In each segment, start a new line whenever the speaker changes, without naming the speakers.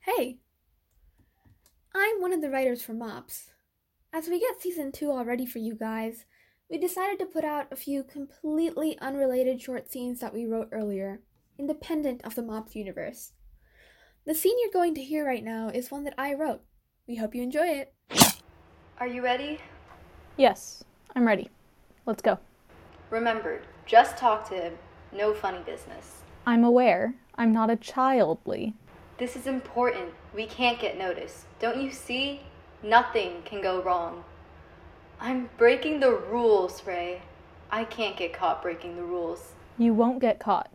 Hey! I'm one of the writers for MOPS. As we get season 2 all ready for you guys, we decided to put out a few completely unrelated short scenes that we wrote earlier, independent of the MOPS universe. The scene you're going to hear right now is one that I wrote. We hope you enjoy it.
Are you ready?
Yes, I'm ready. Let's go.
Remember, just talk to him. No funny business.
I'm aware. I'm not a childly.
This is important. We can't get noticed. Don't you see? Nothing can go wrong. I'm breaking the rules, Ray. I can't get caught breaking the rules.
You won't get caught.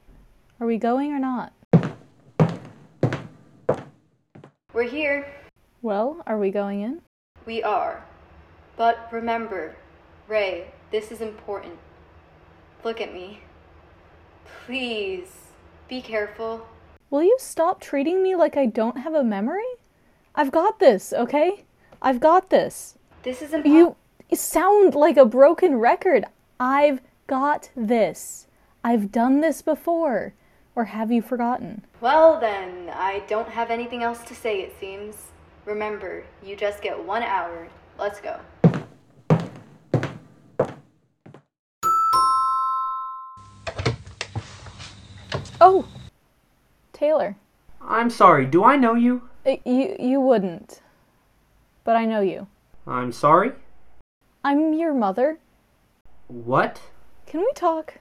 Are we going or not?
We're here.
Well, are we going in?
We are. But remember, Ray, this is important. Look at me. Please, be careful.
Will you stop treating me like I don't have a memory? I've got this, okay? I've got this.
This is important.
You sound like a broken record. I've got this. I've done this before. Or have you forgotten?
Well, then, I don't have anything else to say, it seems. Remember, you just get one hour. Let's go.
Oh, Taylor,
I'm sorry, do I know you?
I- you you wouldn't, but I know you.
I'm sorry?
I'm your mother.
What?
Can we talk?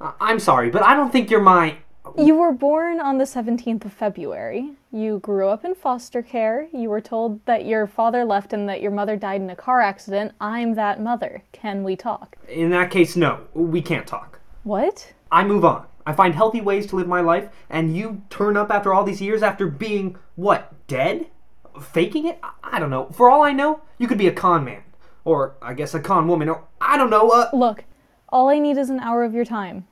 I- I'm sorry, but I don't think you're my.
You were born on the 17th of February. You grew up in foster care. You were told that your father left and that your mother died in a car accident. I'm that mother. Can we talk?
In that case, no, we can't talk.
What?
I move on. I find healthy ways to live my life, and you turn up after all these years after being, what, dead? Faking it? I, I don't know. For all I know, you could be a con man. Or, I guess, a con woman. Or, I don't know, uh.
Look, all I need is an hour of your time.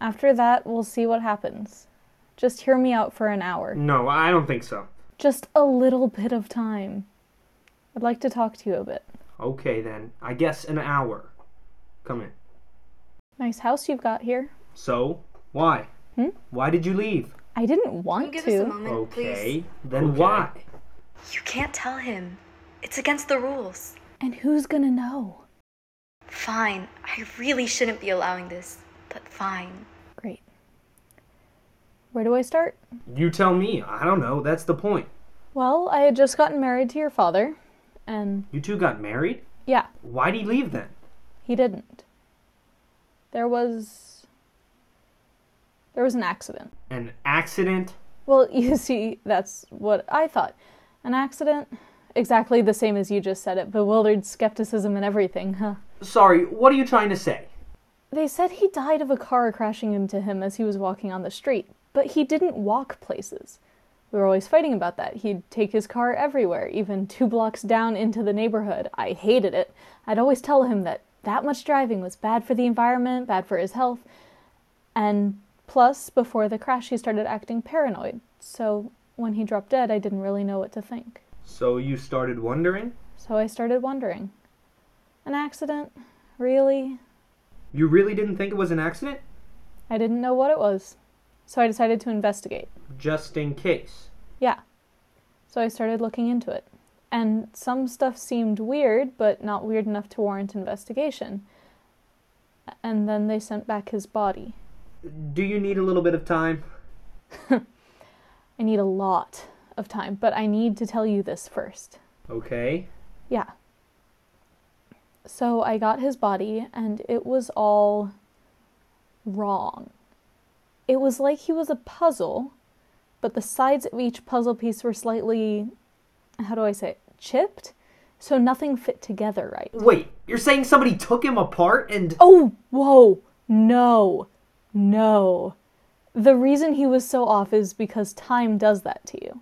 After that, we'll see what happens. Just hear me out for an hour.
No, I don't think so.
Just a little bit of time. I'd like to talk to you a bit.
Okay then, I guess an hour. Come in.
Nice house you've got here.
So, why?
Hmm?
Why did you leave?
I didn't want
Give us a
to.
moment, please.
Then why?
You can't tell him. It's against the rules.
And who's gonna know?
Fine. I really shouldn't be allowing this, but fine.
Great. Where do I start?
You tell me. I don't know. That's the point.
Well, I had just gotten married to your father, and
You two got married?
yeah,
Why'd he leave then?
he didn't. There was. There was an accident.
An accident?
Well, you see, that's what I thought. An accident? Exactly the same as you just said it bewildered skepticism and everything, huh?
Sorry, what are you trying to say?
They said he died of a car crashing into him as he was walking on the street, but he didn't walk places. We were always fighting about that. He'd take his car everywhere, even two blocks down into the neighborhood. I hated it. I'd always tell him that that much driving was bad for the environment, bad for his health, and plus, before the crash, he started acting paranoid. So when he dropped dead, I didn't really know what to think.
So you started wondering?
So I started wondering an accident? Really?
You really didn't think it was an accident?
I didn't know what it was, so I decided to investigate.
Just in case.
Yeah. So I started looking into it. And some stuff seemed weird, but not weird enough to warrant investigation. And then they sent back his body.
Do you need a little bit of time?
I need a lot of time, but I need to tell you this first.
Okay.
Yeah. So I got his body, and it was all wrong. It was like he was a puzzle, but the sides of each puzzle piece were slightly, how do I say it, chipped? So nothing fit together right.
Wait, you're saying somebody took him apart and.
Oh, whoa, no, no. The reason he was so off is because time does that to you.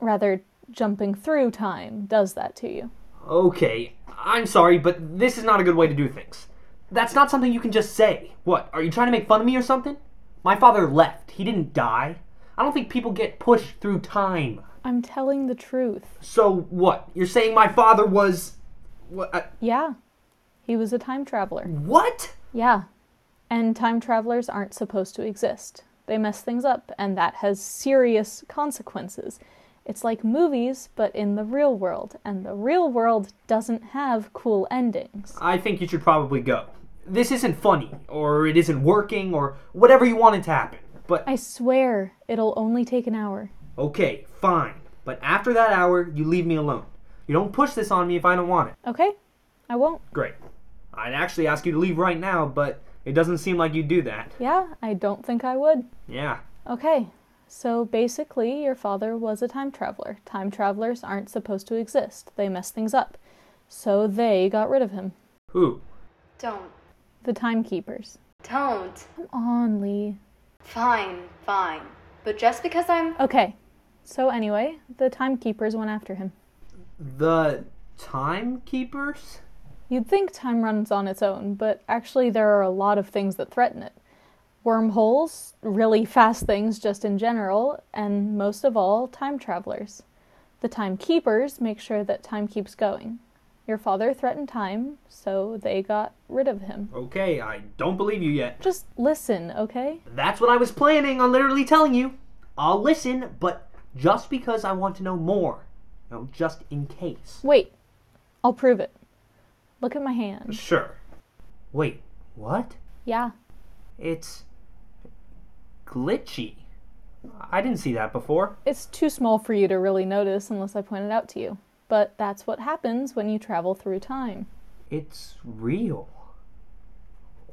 Rather, jumping through time does that to you.
Okay, I'm sorry, but this is not a good way to do things. That's not something you can just say. What, are you trying to make fun of me or something? My father left. He didn't die. I don't think people get pushed through time.
I'm telling the truth.
So what? You're saying my father was. What? I-
Yeah. He was a time traveler.
what?
Yeah. And time travelers aren't supposed to exist. they mess things up, and that has serious consequences. It's like movies, but in the real world, and the real world doesn't have cool endings.
I think you should probably go. This isn't funny, or it isn't working, or whatever you want it to happen. But
I swear it'll only take an hour.
okay, fine. But after that hour, you leave me alone. You don't push this on me if I don't want it.
Okay? I won't.
Great. I'd actually ask you to leave right now, but it doesn't seem like you do that.
Yeah, I don't think I would.
Yeah.
Okay, so basically, your father was a time traveler. Time travelers aren't supposed to exist, they mess things up. So they got rid of him.
Who?
Don't.
The timekeepers.
Don't.
Come on, Lee.
Fine, fine. But just because I'm.
Okay, so anyway, the timekeepers went after him.
The timekeepers?
You'd think time runs on its own, but actually, there are a lot of things that threaten it wormholes, really fast things just in general, and most of all, time travelers. The timekeepers make sure that time keeps going. Your father threatened time, so they got rid of him.
Okay, I don't believe you yet.
Just listen, okay?
That's what I was planning on literally telling you. I'll listen, but just because I want to know more. You know, just in case.
Wait, I'll prove it. Look at my hand.
Sure. Wait, what?
Yeah,
It's glitchy. I didn't see that before.
it's too small for you to really notice unless I point it out to you. But that's what happens when you travel through time.
It's real.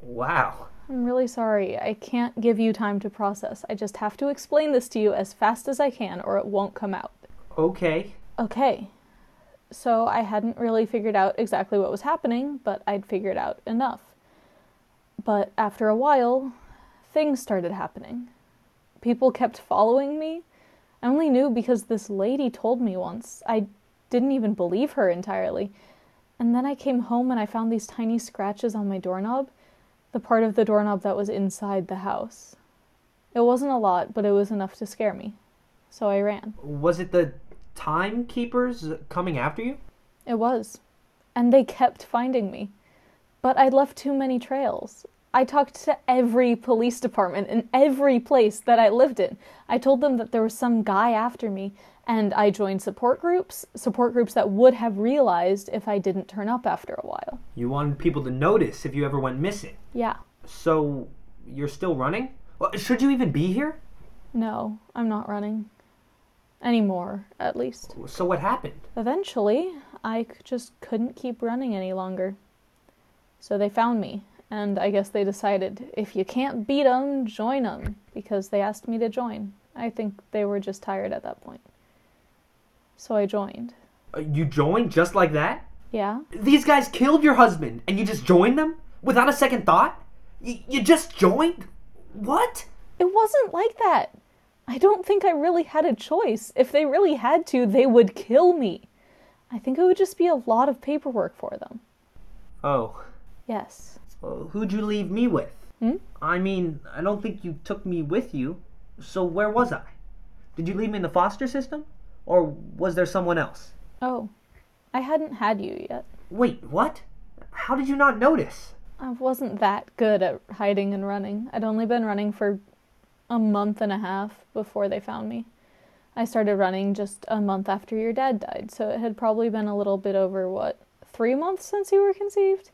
Wow.
I'm really sorry. I can't give you time to process. I just have to explain this to you as fast as I can, or it won't come out.
Okay.
Okay. So I hadn't really figured out exactly what was happening, but I'd figured out enough. But after a while, things started happening. People kept following me. I only knew because this lady told me once. I didn't even believe her entirely. And then I came home and I found these tiny scratches on my doorknob, the part of the doorknob that was inside the house. It wasn't a lot, but it was enough to scare me. So I ran.
Was it the timekeepers coming after you?
It was. And they kept finding me. But I left too many trails. I talked to every police department in every place that I lived in. I told them that there was some guy after me, and I joined support groups, support groups that would have realized if I didn't turn up after a while.
You wanted people to notice if you ever went missing.
Yeah.
So, you're still running? Well, should you even be here?
No, I'm not running. Anymore, at least.
So, what happened?
Eventually, I c- just couldn't keep running any longer. So they found me, and I guess they decided if you can't beat 'em, join 'em, because they asked me to join. I think they were just tired at that point. So I joined.
Uh, You joined just like that?
Yeah?
These guys killed your husband, and you just joined them? Without a second thought? Y- you just joined? What?
It wasn't like that! I don't think I really had a choice. If they really had to, they would kill me. I think it would just be a lot of paperwork for them.
Oh.
Yes.
Well, who'd you leave me with?
Hmm?
I mean, I don't think you took me with you. So where was I? Did you leave me in the foster system? Or was there someone else?
Oh, I hadn't had you yet.
Wait, what? How did you not notice?
I wasn't that good at hiding and running. I'd only been running for a month and a half before they found me. I started running just a month after your dad died, so it had probably been a little bit over what, three months since you were conceived?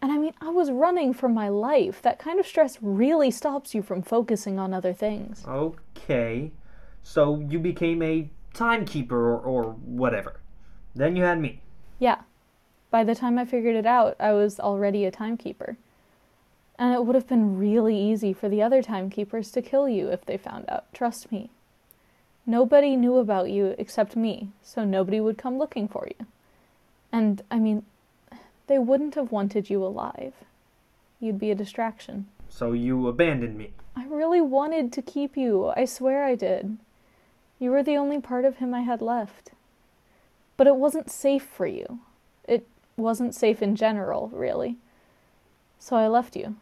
And I mean, I was running for my life. That kind of stress really stops you from focusing on other things.
Okay. So you became a timekeeper or, or whatever. Then you had me.
Yeah. By the time I figured it out, I was already a timekeeper. And it would have been really easy for the other timekeepers to kill you if they found out. Trust me. Nobody knew about you except me, so nobody would come looking for you. And, I mean, they wouldn't have wanted you alive. You'd be a distraction.
So you abandoned me.
I really wanted to keep you. I swear I did. You were the only part of him I had left. But it wasn't safe for you. It wasn't safe in general, really. So I left you.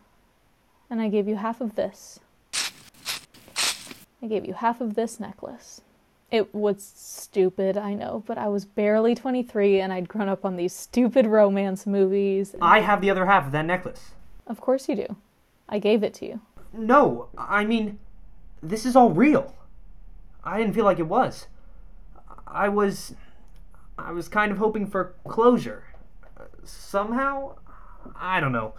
And I gave you half of this. I gave you half of this necklace. It was stupid, I know, but I was barely 23 and I'd grown up on these stupid romance movies.
I have the other half of that necklace.
Of course you do. I gave it to you.
No, I mean, This is all real. I didn't feel like it was. I was. I was kind of hoping for closure. Uh, Somehow? I don't know.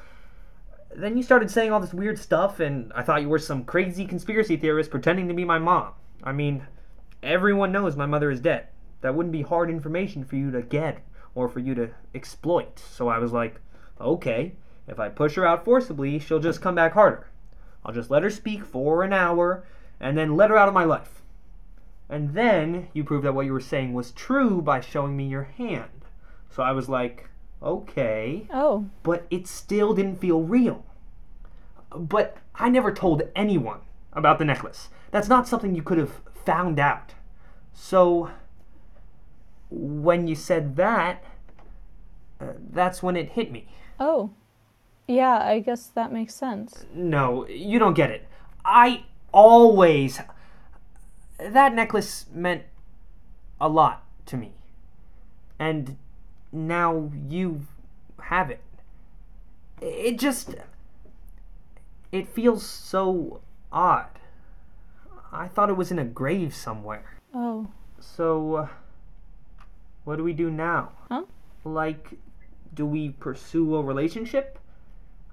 Then you started saying all this weird stuff, and I thought you were some crazy conspiracy theorist pretending to be my mom. I mean, everyone knows my mother is dead. That wouldn't be hard information for you to get or for you to exploit. So I was like, okay, if I push her out forcibly, she'll just come back harder. I'll just let her speak for an hour and then let her out of my life. And then you proved that what you were saying was true by showing me your hand. So I was like, okay,
Oh,
but it still didn't feel real. But I never told anyone about the necklace. That's not something you could have found out. So when you said that, uh, that's when it hit me.
oh. Yeah, I guess that makes sense.
No, you don't get it. I always. That necklace meant a lot to me. And now you have it. It just. It feels so odd. I thought it was in a grave somewhere.
Oh.
So. Uh, what do we do now?
Huh?
Like, do we pursue a relationship?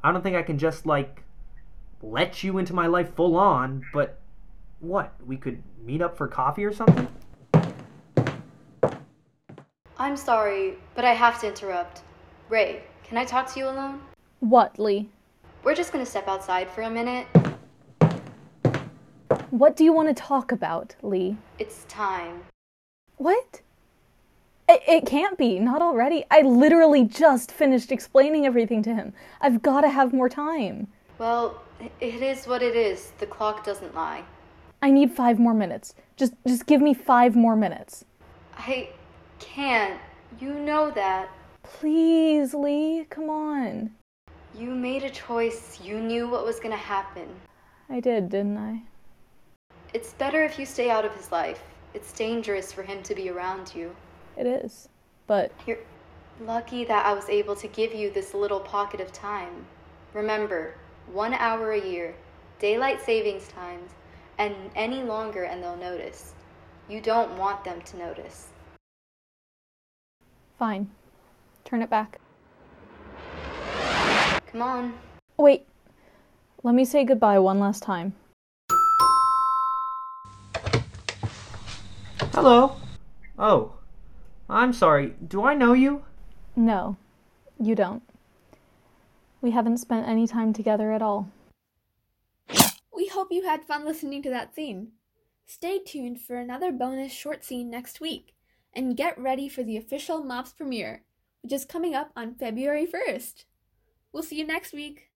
I don't think I can just, like, let you into my life full on, but what? We could meet up for coffee or something?
I'm sorry, but I have to interrupt. Ray, can I talk to you alone?
What, Lee?
We're just gonna step outside for a minute.
What do you want to talk about, Lee?
It's time.
What? It, it can't be. Not already. I literally just finished explaining everything to him. I've got to have more time.
Well, i- it is what it is. The clock doesn't lie.
I need five more minutes. Just, just give me five more minutes.
I can't. You know that.
Please, Lee. Come on.
You made a choice. You knew what was gonna happen.
I did, didn't I?
It's better if you stay out of his life. It's dangerous for him to be around you.
It is. But
You're lucky that I was able to give you this little pocket of time. Remember, one hour a year, daylight savings times, and any longer and they'll notice. You don't want them to notice.
fine. Turn it back.
Come on.
Wait. Let me say goodbye one last time.
Hello. Oh. I'm sorry. Do I know you?
No, you don't. We haven't spent any time together at all.
We hope you had fun listening to that scene. Stay tuned for another bonus short scene next week, and get ready for the official MOPS premiere, which is coming up on February 1st. We'll see you next week.